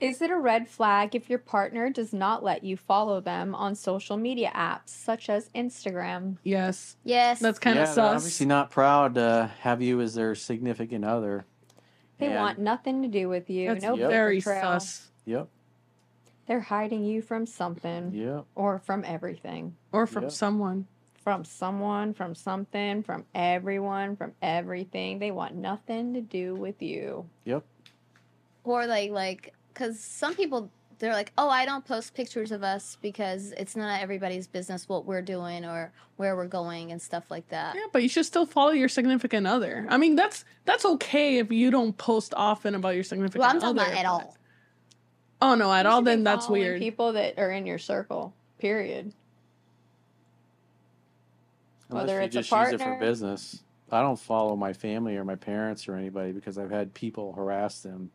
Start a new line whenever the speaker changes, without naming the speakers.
Is it a red flag if your partner does not let you follow them on social media apps such as Instagram?
Yes.
Yes.
That's kind
yeah,
of
they're
sus.
obviously not proud to have you as their significant other.
They
And-
want nothing to do with you.
That's
No
Yep.
very
betrayal.
sus.
Yep,
They're hiding you from something
yep.
or from everything.
Or from
Yep.
someone.
From someone, from something, from everyone, from everything. They want nothing to do with you.
or like like because some people they're like oh i don't post pictures of us because it's not everybody's business what we're doing or where we're going and stuff like that
Yeah, but you should still follow your significant other. I mean, that's that's okay if you don't post often about your significant
well i'm
other.
talking about at
but-
all
Oh no, at
You
all
should be
then that's
following
weird.
People that are in your circle, period.
Unless
Whether
you
it's a
just use it for
partner-
business. I don't follow my family or my parents or anybody because I've had people harass them